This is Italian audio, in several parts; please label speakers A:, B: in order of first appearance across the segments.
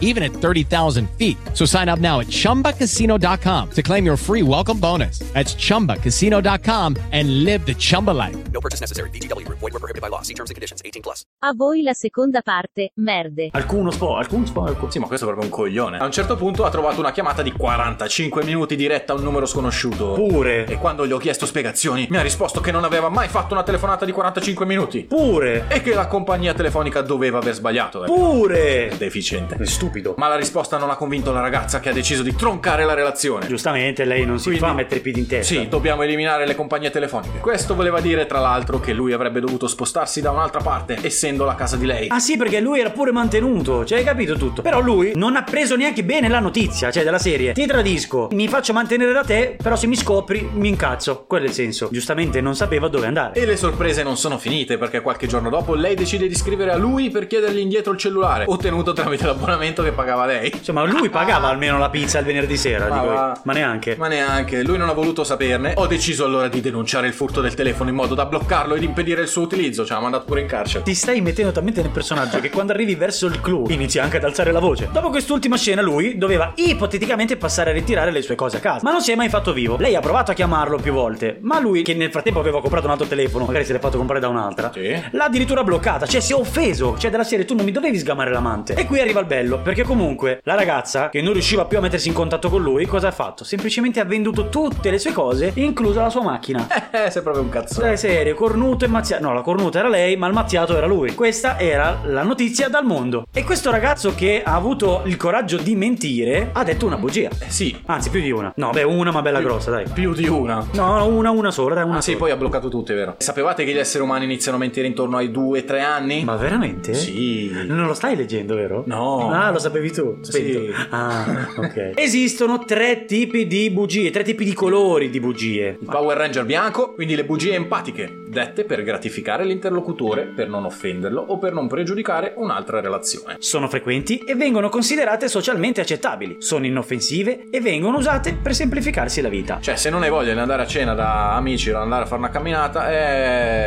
A: even at 30,000 feet. So sign up now at chumbacasino.com to claim your free welcome bonus. That's chumbacasino.com and live the Chumba life.
B: No purchase necessary. VGW Group. Void were prohibited by law. See terms and conditions. 18 plus.
C: A voi la seconda parte, merde.
D: Alcuno spo, alcun spo, alcun... Sì, ma questo è proprio un coglione. A un certo punto ha trovato una chiamata di 45 minuti diretta a un numero sconosciuto.
E: Pure.
D: E quando gli ho chiesto spiegazioni, mi ha risposto che non aveva mai fatto una telefonata di 45 minuti.
E: Pure.
D: E che la compagnia telefonica doveva aver sbagliato. eh.
E: Pure.
D: Deficiente.
E: È stupido.
D: Ma la risposta non ha convinto la ragazza che ha deciso di troncare la relazione.
E: Giustamente lei non si
D: Quindi-
E: fa mettere i piedi in testa.
D: Sì, dobbiamo eliminare le compagnie telefoniche. Questo voleva dire, tra l'altro, che lui avrebbe dovuto spostarsi da un'altra parte, essendo la casa di lei.
E: Ah sì, perché lui era pure mantenuto, cioè hai capito tutto. Però lui non ha preso neanche bene la notizia, cioè della serie. Ti tradisco, mi faccio mantenere da te, però se mi scopri mi incazzo. Quello è il senso. Giustamente non sapeva dove andare.
D: E le sorprese non sono finite perché qualche giorno dopo lei decide di scrivere a lui per chiedergli indietro il cellulare, ottenuto tramite l'abbonamento che pagava lei.
E: Insomma, lui pagava almeno la pizza il venerdì sera, dico io.
D: va.
E: ma neanche.
D: Ma neanche, lui non ha voluto saperne. Ho deciso allora di denunciare il furto del telefono in modo da bloccarlo ed impedire il suo utilizzo, ci ha mandato pure in carcere.
E: Ti stai mettendo talmente nel personaggio che quando arrivi verso il clou inizia anche ad alzare la voce. Dopo quest'ultima scena lui doveva ipoteticamente passare a ritirare le sue cose a casa, ma non si è mai fatto vivo. Lei ha provato a chiamarlo più volte, ma lui che nel frattempo aveva comprato un altro telefono, magari se l'è fatto comprare da un'altra,
D: Sì.
E: l'ha addirittura bloccata, cioè si è offeso, cioè della serie tu non mi dovevi sgamare l'amante. E qui arriva il bello, perché comunque la ragazza che non riusciva più a mettersi in contatto con lui, cosa ha fatto? Semplicemente ha venduto tutte le sue cose, inclusa la sua macchina.
D: Eh, sei proprio un cazzo.
E: Dai serie, cornuto e mazziato. No, la cornuta era lei, ma il mazziato era lui. Questa era la notizia dal mondo. E questo ragazzo che ha avuto il coraggio di mentire ha detto una bugia.
D: Eh, Sì,
E: Anzi, più di una. No, beh, una, ma bella Eh, grossa, dai. Ah,
D: più di una.
E: No, no, una, una sola, dai, una
D: Ah sì,
E: sola.
D: poi ha bloccato tutte, vero? Sapevate che gli esseri umani iniziano a mentire intorno ai 2-3 anni?
E: Ma veramente?
D: Sì.
E: Non lo stai leggendo, vero?
D: No.
E: Ah, lo sapevi tu. Spento.
D: Sì.
E: Ah, ok. Esistono tre tipi di bugie, tre tipi di colori di bugie.
D: Il Power Ranger bianco, quindi le bugie empatiche, dette per gratificare l'interlocutore, per non offenderlo o per non pregiudicare un'altra relazione.
E: Sono frequenti e vengono considerate socialmente accettabili, sono inoffensive e vengono usate per semplificarsi la vita.
D: Cioè, se non hai voglia di andare a cena da amici o andare a fare una camminata,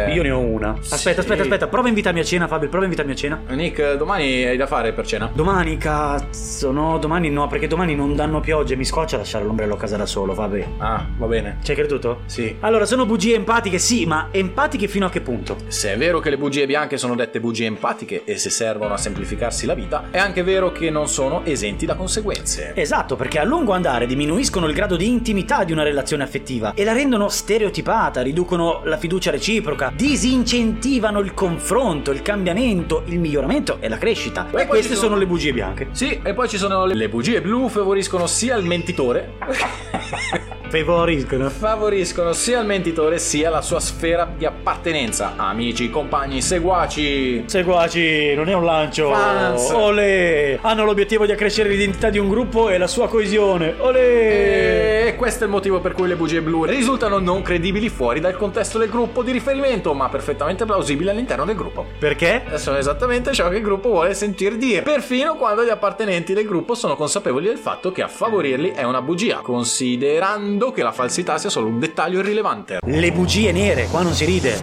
D: eh...
E: Io ne ho una. Aspetta,
D: Sì.
E: aspetta, aspetta, prova a invitarmi a cena, Fabio, prova a invitarmi a cena.
D: Nick, domani hai da fare per cena?
E: Domani, cazzo, no, domani no, perché domani non danno pioggia e mi scoccia lasciare l'ombrello a casa da solo, vabbè.
D: Ah, va bene.
E: Ci hai creduto?
D: Sì.
E: Allora, sono bugie empatiche, sì, ma empatiche fino a che punto?
D: Se è vero che le bugie bianche sono dette bugie empatiche e se servono a semplificarsi la vita, è anche vero che non sono esenti da conseguenze.
E: Esatto, perché a lungo andare diminuiscono il grado di intimità di una relazione affettiva e la rendono stereotipata, riducono la fiducia reciproca, disincentivano il confronto, il cambiamento, il miglioramento e la crescita.
D: poi
E: E queste
D: ci sono-
E: sono le bugie bianche.
D: Sì, e poi ci sono le, le bugie blu favoriscono sia il mentitore
E: Favoriscono.
D: favoriscono sia il mentitore sia la sua sfera di appartenenza. Amici, compagni, seguaci.
E: Seguaci, non è un lancio.
D: Fans.
E: Olè! Hanno l'obiettivo di accrescere l'identità di un gruppo e la sua coesione. Olè!
D: E questo è il motivo per cui le bugie blu risultano non credibili fuori dal contesto del gruppo di riferimento, ma perfettamente plausibili all'interno del gruppo.
E: Perché?
D: E Sono esattamente ciò che il gruppo vuole sentir dire, perfino quando gli appartenenti del gruppo sono consapevoli del fatto che a favorirli è una bugia, considerando che la falsità sia solo un dettaglio irrilevante.
E: Le bugie nere, qua non si ride.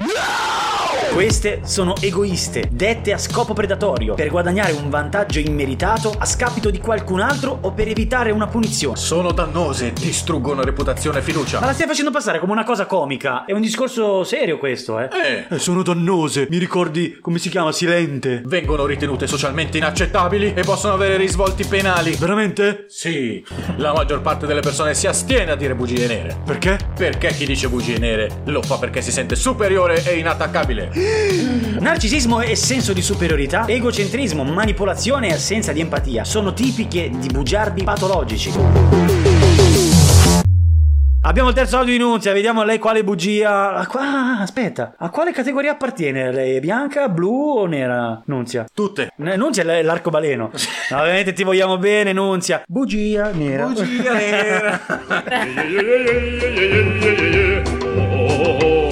E: Queste sono egoiste, dette a scopo predatorio, per guadagnare un vantaggio immeritato a scapito di qualcun altro o per evitare una punizione.
D: Sono dannose, distruggono reputazione e fiducia.
E: Ma la stai facendo passare come una cosa comica. È un discorso serio questo, eh?
D: Eh.
E: sono dannose. Mi ricordi come si chiama Silente?
D: vengono ritenute socialmente inaccettabili e possono avere risvolti penali.
E: Veramente?
D: Sì, la maggior parte delle persone si astiene a dire bugie nere.
E: Perché?
D: Perché chi dice bugie nere lo fa perché si sente superiore e inattaccabile.
E: Narcisismo e senso di superiorità, egocentrismo, manipolazione e assenza di empatia sono tipiche di bugiardi patologici. Abbiamo il terzo audio di Nunzia, vediamo lei quale bugia. Ah, qua- aspetta, a quale categoria appartiene? Lei è bianca, blu o nera? Nunzia.
D: Tutte.
E: N- Nunzia è l- l'arcobaleno. No, Ovviamente ti vogliamo bene, Nunzia. Bugia nera.
D: Bugia nera.
F: Coglioni!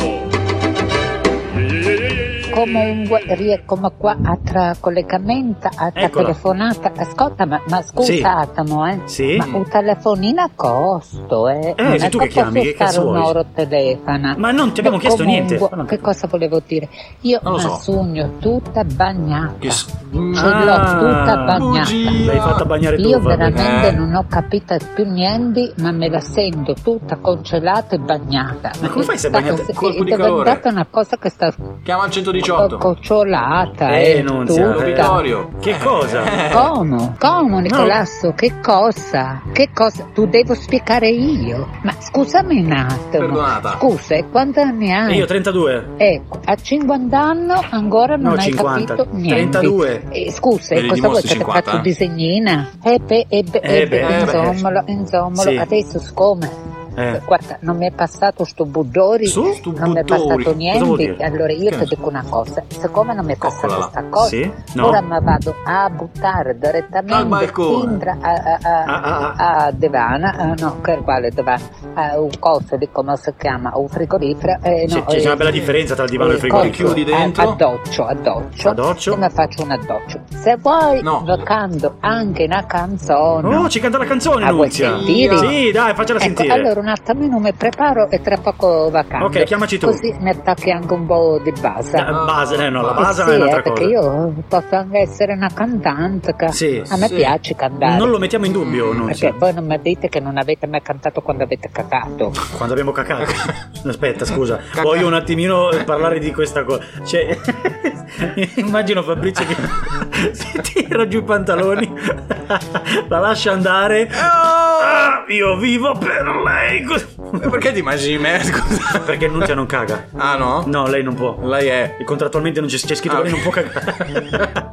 F: come un guerriero, come qua a tra collegamento, a tra
E: Eccola.
F: telefonata. Ascolta, ma, ma
E: Sì.
F: ascoltatamo, eh.
E: Sì.
F: Ma un telefonino a costo, eh.
E: Eh,
F: Non
E: sei
F: è
E: tu che
F: che posso
E: chiami, che
F: stare
E: cazzo vuoi?
F: un'ora a telefona.
E: Ma non ti abbiamo
F: E
E: chiesto niente.
F: comunque, Che cosa volevo dire? Io
D: Non lo
F: la
D: so.
F: sogno tutta bagnata.
D: Che s-
F: Ce l'ho tutta
E: Ah,
F: bagnata.
D: bugia.
E: L'hai fatta bagnare tu,
F: Io
E: va bene.
F: veramente
D: Eh.
F: non ho capito più niente, ma me la sento tutta congelata e bagnata.
E: Ma come fai se
F: È
E: bagnata?
F: stata-
D: Colpo
F: È
D: di
F: diventata
D: calore.
F: una cosa che sta
D: Chiama il 118.
F: cocciolata.
E: Eh,
F: eh,
E: non sia-
F: tutta.
E: eh.
D: Vittorio.
E: Che
F: Eh.
E: cosa?
F: Come? Come Nicolasso? Che cosa? Che cosa? Tu devo spiegare io. Ma scusami un attimo.
D: Perdonata.
F: Scusa, e quanti anni hai?
E: E io 32.
F: Ecco, a 50 anni ancora non
E: No,
F: hai
E: 50,
F: capito niente.
E: 32.
F: Eh, scusa,
D: Ve li
F: cosa vuoi che
D: dimostri
F: ti
D: 50?
F: faccio disegnina? Eh beh, eh beh,
E: Eh
F: eh beh,
E: beh.
F: insommalo, insommalo.
E: Sì.
F: Adesso siccome...
E: Eh.
F: Guarda, non mi è passato sto Buddori,
E: Su?
D: Sto
F: non mi è
D: Buddori,
F: passato
D: cosa
E: vuol
F: niente.
E: dire?
F: Allora io
D: Che ne
F: ti dico una cosa: siccome non mi è passata
D: Eccola.
F: questa cosa,
E: Sì? No.
F: ora mi vado a buttare
D: Dal
F: direttamente
D: balcone.
F: dentro a, a, a,
E: Ah, ah,
F: a Devana, eh, no, che quale Devana, Eh, un coso di come si chiama, un frigorifero. eh,
E: C'è,
F: no,
E: c'è una
F: eh,
E: bella differenza tra il divano e il
F: eh,
E: frigorifero.
D: chiudi
F: coso,
D: dentro.
F: A, addoccio, addoccio.
E: Addoccio.
F: E mi faccio un addoccio. Se vuoi,
D: No.
F: lo canto anche una canzone.
E: Oh, ci canta la canzone,
F: Ah, vuoi
E: Nunzia.
F: sentire?
E: Sì, dai, faccela
F: Ecco,
E: sentire.
F: allora un attimino mi preparo e tra poco vacando.
E: Ok, chiamaci tu.
F: Così mi attacchi anche un po' di base.
E: Eh, base, eh, no, la
D: Eh,
F: Eh
E: base
F: sì,
E: è
F: eh,
E: un'altra
F: perché
E: cosa.
F: io posso anche essere una cantante. che
E: Sì,
F: a me
D: sì.
F: piace cantare.
E: Non lo mettiamo in dubbio,
F: perché
E: Nunzia.
F: voi non mi dite che non avete mai cantato quando avete cagato.
E: Quando abbiamo cacato. Aspetta, scusa. Voglio un attimino parlare di questa cosa. Cioè, immagino Fabrizio che si tira giù i pantaloni, la lascia andare. Ah, io vivo per lei.
D: Eh, Perché ti immagini me? Scusa.
E: Perché Nunzia non caga.
D: Ah no?
E: No, lei non può.
D: Lei è.
E: E contrattualmente non c'è, c'è scritto
D: Ah,
E: che lei non può
D: ok.
E: cagare.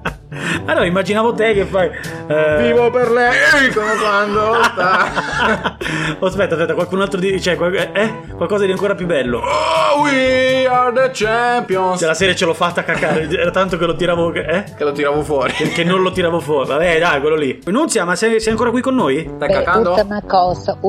E: allora, immaginavo te che fai. eh,
D: Vivo per lei come quando sta.
E: Oh, aspetta, aspetta, qualcun altro di. Cioè, qual- eh, qualcosa di ancora più bello.
D: Oh, we are the champions.
E: Cioè, la serie ce l'ho fatta cacare. Era tanto che lo tiravo. che- Eh?
D: Che lo tiravo fuori.
E: Che non lo tiravo fuori. Vabbè, dai, quello lì. Nunzia, ma sei, sei ancora qui con noi?
D: Sta
F: Beh,
D: cacando?
F: ultima cosa, ultimo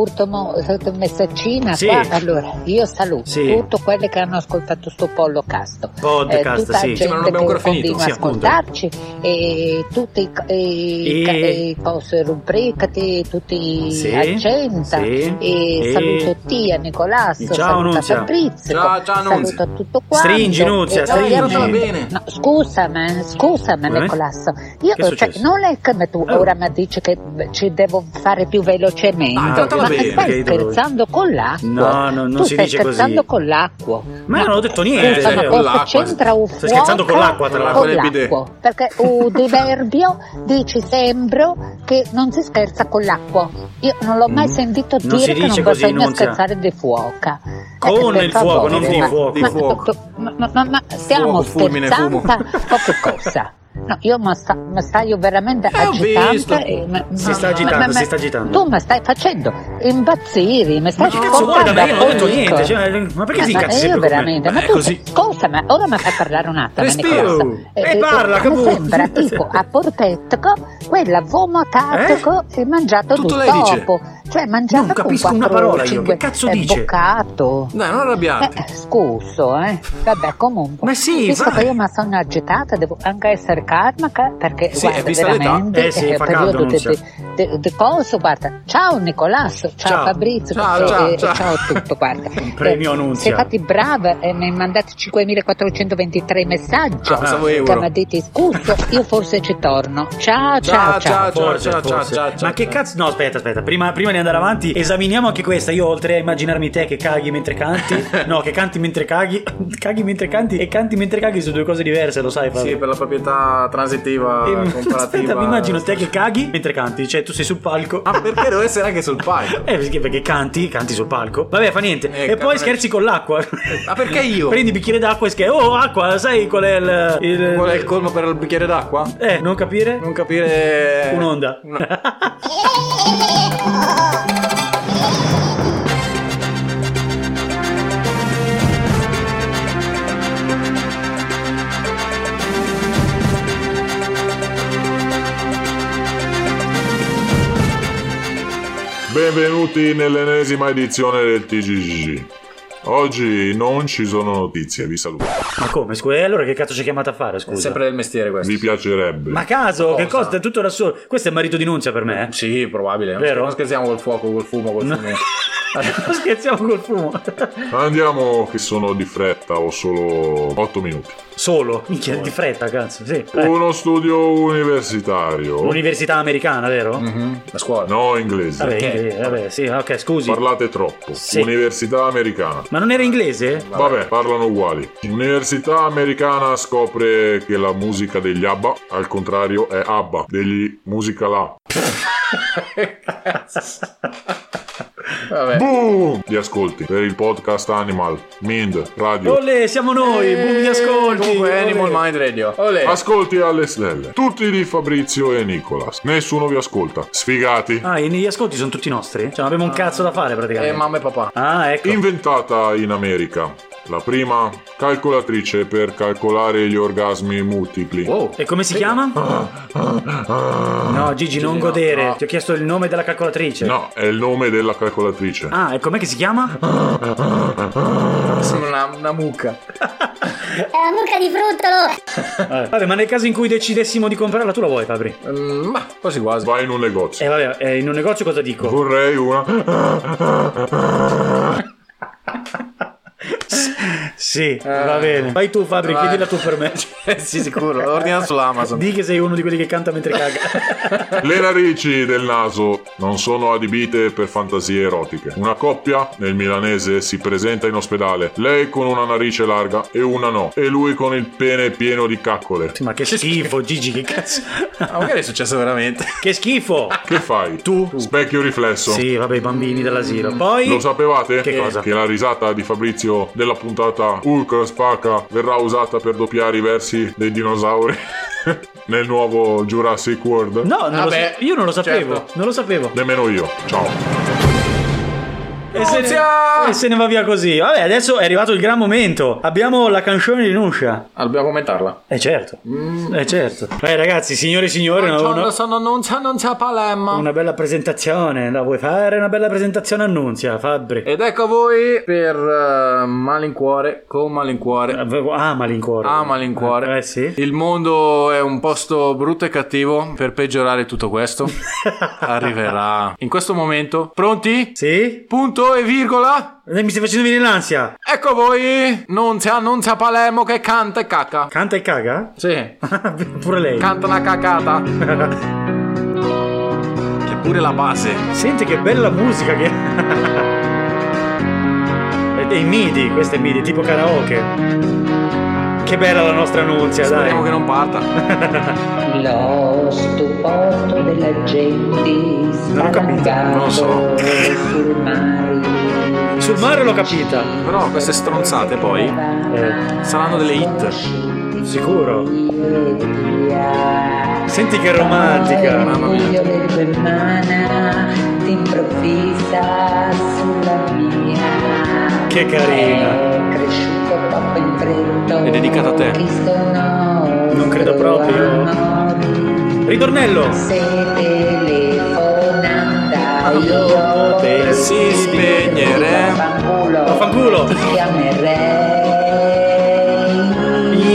F: ultima messaggina
E: Sì.
F: qua. Allora, io saluto
E: Sì.
F: tutti quelli che hanno ascoltato sto podcast.
E: Podcast,
F: tutta
E: sì.
F: la
E: Sì,
D: ma non
F: gente
D: abbiamo
F: che
D: ancora finito,
F: continua
E: sì,
F: a ascoltarci e tutti i, i-
E: E-
F: ca- i cose rubricate, tutti i
E: Sì,
F: accenta.
E: sì.
F: E
E: E-
F: saluto Tia, Nicolasso,
E: Ciao,
F: saluto
E: Nunzia.
F: Fabrizio,
D: Ciao, ciao, Nunzia.
F: saluto a tutto quanto.
E: Stringi, Nunzia,
F: E
E: stringi.
F: ovviamente-
D: Trattala bene.
F: No, scusami, scusami
E: Eh?
F: Nicolasso. Io cioè,
E: Che è successo?
F: non è che tu
E: Eh.
F: ora mi dici che ci devo fare più velocemente.
E: Ah,
D: trattala
F: ma
D: bene,
E: che
F: stai
E: idolo.
F: scherzando con l'acqua?
E: No, no, non
F: tu
E: si
F: stai
E: dice
F: scherzando
E: così.
F: con l'acqua.
E: Ma io non ho detto niente.
F: Questa
D: eh,
F: ma
D: con
F: cosa
D: l'acqua.
F: c'entra un
E: Stai Cioè, scherzando con
F: fuoco
E: l'acqua, tra
D: l'altro.
F: con
D: Con l'epide.
F: l'acqua? Perché un diverbio dici sempre che non si scherza con l'acqua. Io non l'ho mai sentito
E: Mm. Non si
F: dire che
E: dice
F: non
E: così,
F: posso mai
E: Nunzia.
F: scherzare di fuoco.
E: Con
F: Eh, per
E: il fuoco,
F: favore,
E: non di
F: ma-
E: fuoco.
D: Di
F: ma-
D: fuoco.
F: Ma, ma- ma- ma stiamo
D: Fuoco, fulmine,
F: scherzando
D: fumo.
F: o che cosa? No, io mi sta, mi stai veramente
D: Eh, ho visto.
F: agitando. e- ma-
E: Si
F: ma-
E: sta
F: ma-
E: agitando,
F: ma- ma-
E: si sta agitando.
F: Tu mi stai facendo impazzire, mi stai
E: Ma che cazzo vuole da me? Io non ho detto
F: sconvolgendo.
E: niente. cioè, ma perché si
F: ma,
E: incazzi
F: ma io
E: sempre con me?
F: veramente, ma
D: Eh,
F: tu
D: così.
F: scusa, ma ora mi fai parlare un attimo,
D: Respira.
F: Nicola.
E: Eh, parla,
F: mi
E: capo.
F: sembra tipo a Portettico, quella
E: Eh?
F: vomitatico e mangiato
D: Tutto
F: tutto
D: lei dice.
F: dopo. Cioè mangiato
E: Non
F: con
E: capisco una
F: quattro,
E: parola io,
F: cinque,
E: che cazzo
F: eh,
E: dice?
F: Boccato.
D: Dai, non arrabbiarti.
F: Eh, scuso, eh. Vabbè, comunque.
E: Ma sì,
F: visto
E: vai.
F: che io mi sono agitata, devo anche essere carmaca perché
D: Sì,
F: guarda,
D: è vista l'età.
F: veramente
E: Eh sì,
F: è
E: fa
F: un
E: caldo,
F: periodo di,
E: Nunzia.
F: di- di- di coso, guarda. Ciao Nicolasso, ciao,
E: Ciao.
F: Fabrizio,
D: Ciao,
F: eh,
D: ciao,
F: eh,
D: ciao.
F: ciao a tutto, guarda.
E: Un premio
F: Eh,
E: Nunzia.
F: Siete fatti bravi e mi mandate 5423 messaggi.
D: Ah, pensavo
F: che
D: euro.
F: mi dite scuso, io forse ci torno. Ciao, ciao,
D: Ciao,
F: ciao.
D: ciao.
E: Forse,
D: ciao, ciao,
E: forse.
D: ciao, ciao,
E: Ma che
D: ciao.
E: cazzo? No, aspetta, aspetta. Prima, prima di andare avanti, esaminiamo anche questa. Io, oltre a immaginarmi te che caghi mentre canti, no, che canti mentre caghi, caghi mentre canti e canti mentre caghi sono due cose diverse, lo sai, Fabio.
D: Sì, per la proprietà transitiva
E: Ehm,
D: comparativa.
E: Eh. Aspetta, mi immagino te che caghi mentre canti, cioè tu sei sul palco.
D: Ah, perché deve essere anche sul palco?
E: Eh, perché, perché canti, canti sul palco. Vabbè, fa niente.
D: Eh,
E: e poi
D: cazzo,
E: scherzi con l'acqua.
D: Ma perché io?
E: Prendi bicchiere d'acqua e scherzi. Oh, acqua, sai qual è il. il-
D: Qual è il colmo per il bicchiere d'acqua?
E: Eh, non capire?
D: Non capire.
E: Un'onda.
D: No.
G: Benvenuti nell'ennesima edizione del TGG. Oggi non ci sono notizie, vi saluto.
E: Ma come? Scusa, e allora che cazzo ci ha chiamato a fare? Scusa.
D: Sempre del mestiere questo.
G: Vi piacerebbe.
E: Ma caso, che
D: Cosa?
E: cosa? È tutto da solo. Questo è il marito di Nunzia per me. eh?
D: Sì, probabile. Non
E: Vero?
D: scher- Non scherziamo col fuoco, col fumo, col fumo.
E: Non scherziamo col fumo.
G: Andiamo che sono di fretta, ho solo 8 minuti.
E: Solo. Minchia, di fretta, cazzo. Sì. Eh,
G: Uno studio universitario.
E: L'università americana, vero?
D: Mhm, La scuola.
G: no, inglese.
E: Vabbè, inglese, vabbè, sì, ok, scusi.
G: Parlate troppo.
E: Sì.
G: Università americana.
E: Ma non era inglese?
G: Vabbè, parlano uguali. L'università americana scopre che la musica degli ABBA, al contrario, è ABBA, degli Musical A.
D: Vabbè.
G: Boom! Li ascolti per il podcast Animal, Mind, Radio.
E: Olè, siamo noi, boom di ascolti.
D: Eh, Comunque,
E: olè.
D: Animal Mind Radio. Olè.
G: Ascolti alle stelle. Tutti di Fabrizio e Nicolas. Nessuno vi ascolta. Sfigati.
E: Ah, gli ascolti sono tutti nostri? Cioè, non abbiamo un cazzo da fare
D: e
E: praticamente.
D: Ah. Eh, mamma e papà.
E: Ah, ecco.
G: Inventata in America. La prima calcolatrice per calcolare gli orgasmi multipli.
D: Wow.
E: E come si chiama? No, Gigi, non
D: no,
E: godere.
D: no.
E: Ti ho chiesto il nome della calcolatrice.
G: No, è il nome della calcolatrice.
E: Ah, e com'è che si chiama?
D: Sembra una, una mucca.
H: È una mucca di fruttolo!
E: Eh, Vabbè, ma nel caso in cui decidessimo di comprarla, tu la vuoi, Fabri?
D: Mm, Ma quasi quasi.
G: Vai in un negozio.
E: Eh, vabbè, eh, in un negozio cosa dico?
G: Vorrei una.
E: Sì, va bene. Vai tu, Fabri,
D: Eh. vai.
E: chiedila tu per me.
D: sì, sicuro. L'ho ordinato su Amazon.
E: Eh, Di che sei uno di quelli che canta mentre caga.
G: Le narici del naso non sono adibite per fantasie erotiche. Una coppia nel milanese si presenta in ospedale, lei con una narice larga e una no, e lui con il pene pieno di caccole.
E: Ma che schifo, Gigi, che cazzo.
D: Ah, magari è successo veramente.
E: Che schifo!
G: Che fai?
E: Tu?
G: Specchio riflesso.
E: Sì, vabbè, i bambini
D: Mm.
E: dell'asilo. Poi.
G: Lo sapevate? Eh,
E: Che cosa?
G: Che la risata di Fabrizio della puntata Hulk Spacca verrà usata per doppiare i versi dei dinosauri nel nuovo Jurassic World?
E: No, non lo
D: Vabbè,
E: sa- io non lo sapevo.
D: certo.
E: Non lo sapevo.
G: Nemmeno io. Ciao.
E: E se,
D: Nunzia!
E: ne... e se ne va via così. Vabbè, adesso è arrivato il gran momento. Abbiamo la canzone di Nuscia.
D: Ah, dobbiamo commentarla.
E: Eh certo. Eh certo. Eh ragazzi, signori e signori, una, una-
D: Mm. Eh, sono Nunzia, Nunzia Palermo.
E: una bella presentazione. La vuoi fare? Una bella presentazione annunzia, Fabri.
D: Ed ecco a voi per eh, malincuore, con malincuore.
E: Ah, malincuore.
D: Ah, malincuore.
E: Eh sì.
D: Il mondo è un posto brutto e cattivo. Per peggiorare tutto questo, arriverà. In questo momento, pronti?
E: Sì?
D: Punto e virgola.
E: Eh, Mi stai facendo venire l'ansia.
D: Ecco a voi, Nunzia, Nunzia Palermo che canta e cacca.
E: Canta e caga?
D: Sì,
E: Pure lei.
D: canta una cacata. Che pure la base.
E: Senti che bella musica che. Ed è in MIDI, questo è MIDI, tipo karaoke. Che bella la nostra annunzia,
D: Speriamo
E: dai.
D: che non parta.
F: Lo stupore della gente
E: Non ho capito.
D: Non so.
F: sul mare
E: Sul mare l'ho capita.
D: Però queste stronzate poi
E: Eh,
D: saranno delle hit.
E: sicuro. Senti che romantica.
D: Mamma mia.
F: Io le tue mani t'improvvisa sulla mia
E: Che carina.
F: È cresciuto troppo in fretta
D: È dedicata a te.
F: Chi sono
E: Non credo proprio.
F: amori?
E: Ritornello.
F: Se telefonata
E: Io
F: io
E: te-
D: Si spegneremo.
F: Vaffanculo.
E: Vaffanculo.
F: Ti chiamerei. E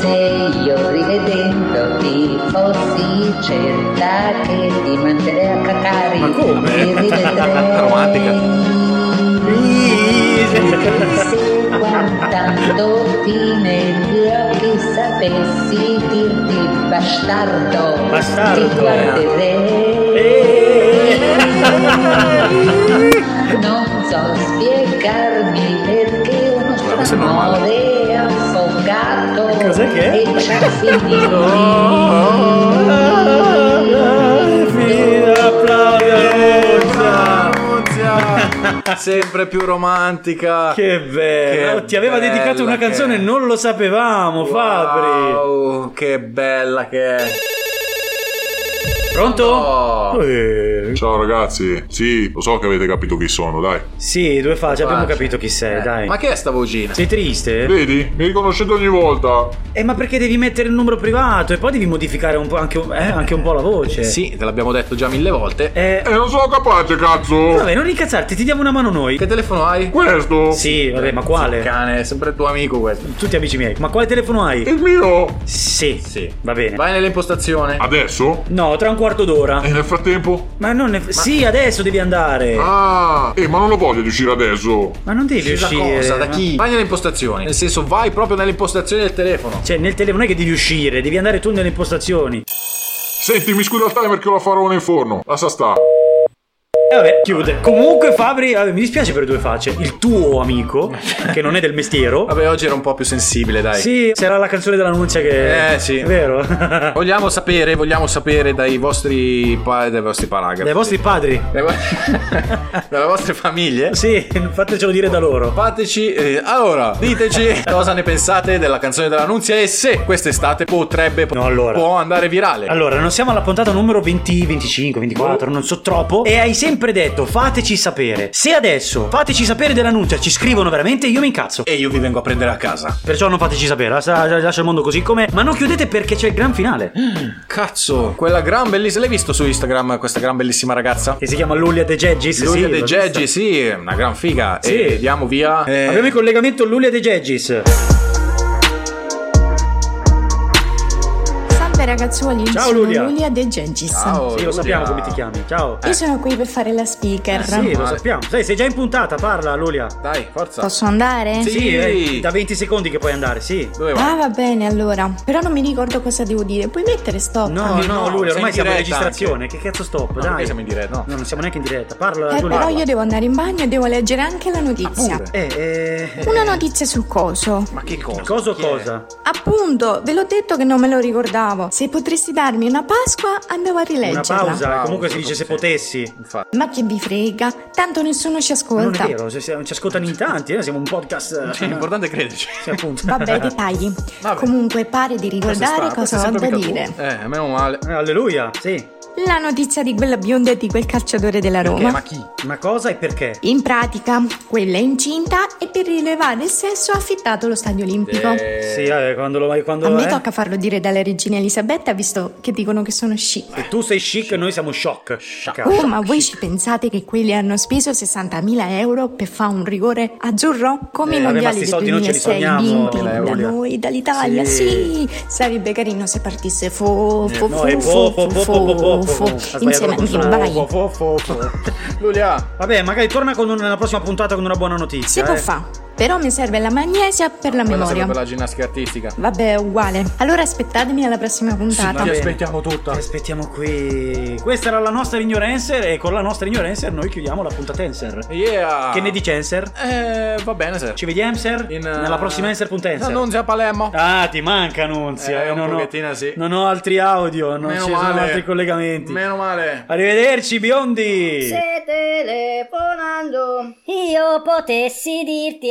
F: se io rivedendoti fossi certa che ti manderei a cacare.
E: Ma come?
F: E rivedrei.
D: Romantica.
F: Se guardandoti negli occhi sapessi dirti bastardo,
E: Bastardo.
F: ti guarderei.
E: eh.
F: Non so spiegarmi perché uno
D: questo è normale.
F: amore è affogato
E: Cos'è che è?
F: e ci ha finito.
E: Ah.
D: Nunzia, Sempre più romantica.
E: Che bello.
D: Che
E: Ti aveva
D: bella
E: dedicato una
D: che è.
E: canzone, non lo sapevamo, Fabri.
D: Wow, che bella che è.
E: Pronto?
D: Oh.
E: Eh,
G: Ciao ragazzi, sì, lo so che avete capito chi sono, dai.
E: Sì, due facce, abbiamo
D: Facce.
E: capito chi sei,
D: Eh,
E: dai.
D: Ma che è sta vocina?
E: Sei triste?
G: Vedi, mi riconoscete ogni volta.
E: Eh, ma perché devi mettere il numero privato e poi devi modificare un po' anche, eh, anche un po' la voce.
D: Sì, te l'abbiamo detto già mille volte.
E: Eh,
G: E non sono capace, cazzo.
E: vabbè, non incazzarti, ti diamo una mano noi.
D: Che telefono hai?
G: Questo.
E: Sì, vabbè, ma
D: Zio
E: quale?
D: Cane, è sempre il tuo amico questo.
E: Tutti amici miei. Ma quale telefono hai?
G: Il mio.
E: Sì.
D: Sì.
E: Va bene.
D: Vai nell'impostazione.
E: Ah.
G: Adesso?
E: No, tra un quarto d'ora.
G: E nel frattempo?
E: Ma non ne... Sì, adesso devi andare.
G: Ah, eh, ma non lo voglio di uscire adesso.
E: Ma non devi
D: Sì, la
E: uscire.
D: cosa, da
E: ma-
D: chi? Vai nelle impostazioni. Nel senso, vai proprio nelle impostazioni del telefono.
E: Cioè, nel telefono non è che devi uscire, devi andare tu nelle impostazioni.
G: Senti, mi scuda il timer che ho la farona in forno. La sa sta.
E: E vabbè, chiude. Comunque, Fabri, vabbè, mi dispiace per due facce. Il tuo amico, che non è del mestiero.
D: Vabbè, oggi era un po' più sensibile, dai.
E: Sì, sarà la canzone dell'annuncia che.
D: Eh, sì.
E: È vero.
D: Vogliamo sapere, vogliamo sapere dai vostri, pa- dai vostri paragrafi.
E: Dai vostri padri.
D: Dai vo- dalle vostre famiglie.
E: Sì, fatecelo dire da loro.
D: Fateci, eh, allora, diteci cosa ne pensate della canzone della Nunzia e se quest'estate potrebbe,
E: No, allora.
D: può andare virale.
E: Allora, non siamo alla puntata numero 20, 25, 24, non so troppo. E hai sempre detto, fateci sapere. Se adesso fateci sapere dell'annuncia ci scrivono veramente, io mi incazzo.
D: E io vi vengo a prendere a casa.
E: Perciò non fateci sapere, lascia, lascia il mondo così com'è. Ma non chiudete perché c'è il gran finale.
D: Cazzo, quella gran bellissima. L'hai visto su Instagram questa gran bellissima ragazza?
E: Che si chiama Lulia De Geggis.
D: Giulia
E: Eh, sì,
D: De
E: l'ho
D: Geggi,
E: vista.
D: sì, è una gran figa.
E: Sì.
D: E diamo via. eh,
E: Abbiamo in collegamento Lulia De Geggis.
I: Salve ragazzuoli,
E: Ciao,
I: sono
E: Lulia.
I: Lulia De Gengis.
D: ciao,
E: Sì, lo
D: Giulia.
E: sappiamo come ti chiami. Ciao.
I: Io sono qui per fare la
D: Ah,
I: speaker.
E: Sì, lo sappiamo. Sai, sei già in puntata, parla Lulia.
D: Dai, forza.
I: Posso andare?
D: Sì.
E: eh, da 20 secondi che puoi andare, sì.
D: Dove vai?
I: Ah, va bene allora. Però non mi ricordo cosa devo dire. Puoi mettere stop? Eh,
E: No,
D: no,
E: no, Lulia, ormai
D: sei in
E: siamo in
D: diretta
E: registrazione. Che cazzo stop,
D: No,
E: dai.
D: perché siamo in diretta, no.
E: No, non siamo neanche in diretta. Parla
I: Eh,
E: Lulia.
I: però io devo andare in bagno e devo leggere anche la notizia.
D: Ah, Pure.
E: Eh, eh, eh.
I: Una notizia sul coso.
D: Ma che cosa?
E: Cosa o
D: Chi è?
E: cosa?
I: Appunto, ve l'ho detto che non me lo ricordavo. Se potresti darmi una Pasqua, andavo a
E: Una
I: rileggerla.
E: pausa,
D: Pausa,
E: comunque si dice se
D: sì.
E: potessi.
D: Infatti.
I: Ma che vi frega, tanto nessuno ci
E: Non è
I: ascolta.
E: vero, se- se- ci ascoltano in tanti, noi siamo un podcast. eh,
D: L'importante è crederci.
E: Sì, appunto.
I: Vabbè, dettagli.
D: Vabbè.
I: Comunque pare di ricordare
D: Questo è
I: cosa ho
D: sempre
I: da
D: mica
I: dire.
D: tu. Eh, meno male.
E: Eh, Alleluia, sì.
I: La notizia di quella bionda e di quel calciatore della Roma.
D: Eh, ma chi?
E: Ma cosa e perché?
I: In pratica, quella è incinta e per rilevare il sesso ha affittato lo stadio olimpico.
D: Eh,
E: Sì, vabbè, quando lo vai quando
I: A me
E: eh?
I: tocca farlo dire dalla regina Elisabetta, visto che dicono che sono sci.
E: E tu sei chic e noi siamo shock. Cazzo.
I: Oh, ma voi ci pensate che quelli hanno speso 60.000 euro per fare un rigore azzurro? Come
E: Eh, vabbè,
I: i
E: ma
I: mondiali
E: sti
I: del
E: soldi non ce li
I: 2006
E: sogniamo,
I: vinti
E: eh,
I: da
E: Giulia.
I: noi, dall'Italia, sì.
E: Sì. Eh,
I: Sarebbe carino se partisse fo, fo,
E: No, è
I: fo,
E: po, po,
I: fo,
E: po, po, po, po,
I: fo,
E: po.
I: fo,
E: Ha sbagliato la
I: insieme a me,
E: consonante.
I: vai.
E: Po, po, po, po.
D: Giulia.
E: Vabbè, magari torna con una nella prossima puntata con una buona
I: Si
E: notizia.
I: può
E: eh.
I: fa, però mi serve la magnesia per
D: Quella
I: la
D: serve
I: memoria.
D: per la ginnastica artistica.
I: Vabbè, è uguale. Allora aspettatemi alla prossima puntata.
D: Ti
E: Ah, bene.
D: aspettiamo tutta.
E: Ti aspettiamo qui. Questa era la nostra ignorancer e con la nostra ignorancer noi chiudiamo la puntata Enser.
D: Yeah.
E: Che ne dici Enser?
D: Eh, va bene, sir.
E: Ci vediamo Enser?
D: In, eh,
E: Nella prossima Enser punta Enser.
D: No, non a Palermo.
E: Ah, ti manca Nunzia.
D: Eh, un
E: non, ho,
D: pochettino sì.
E: non ho altri audio, non ci
D: Meno
E: sono
D: male.
E: altri collegamenti.
D: Meno male.
E: Arrivederci biondi.
J: Se telefonando io potessi dirti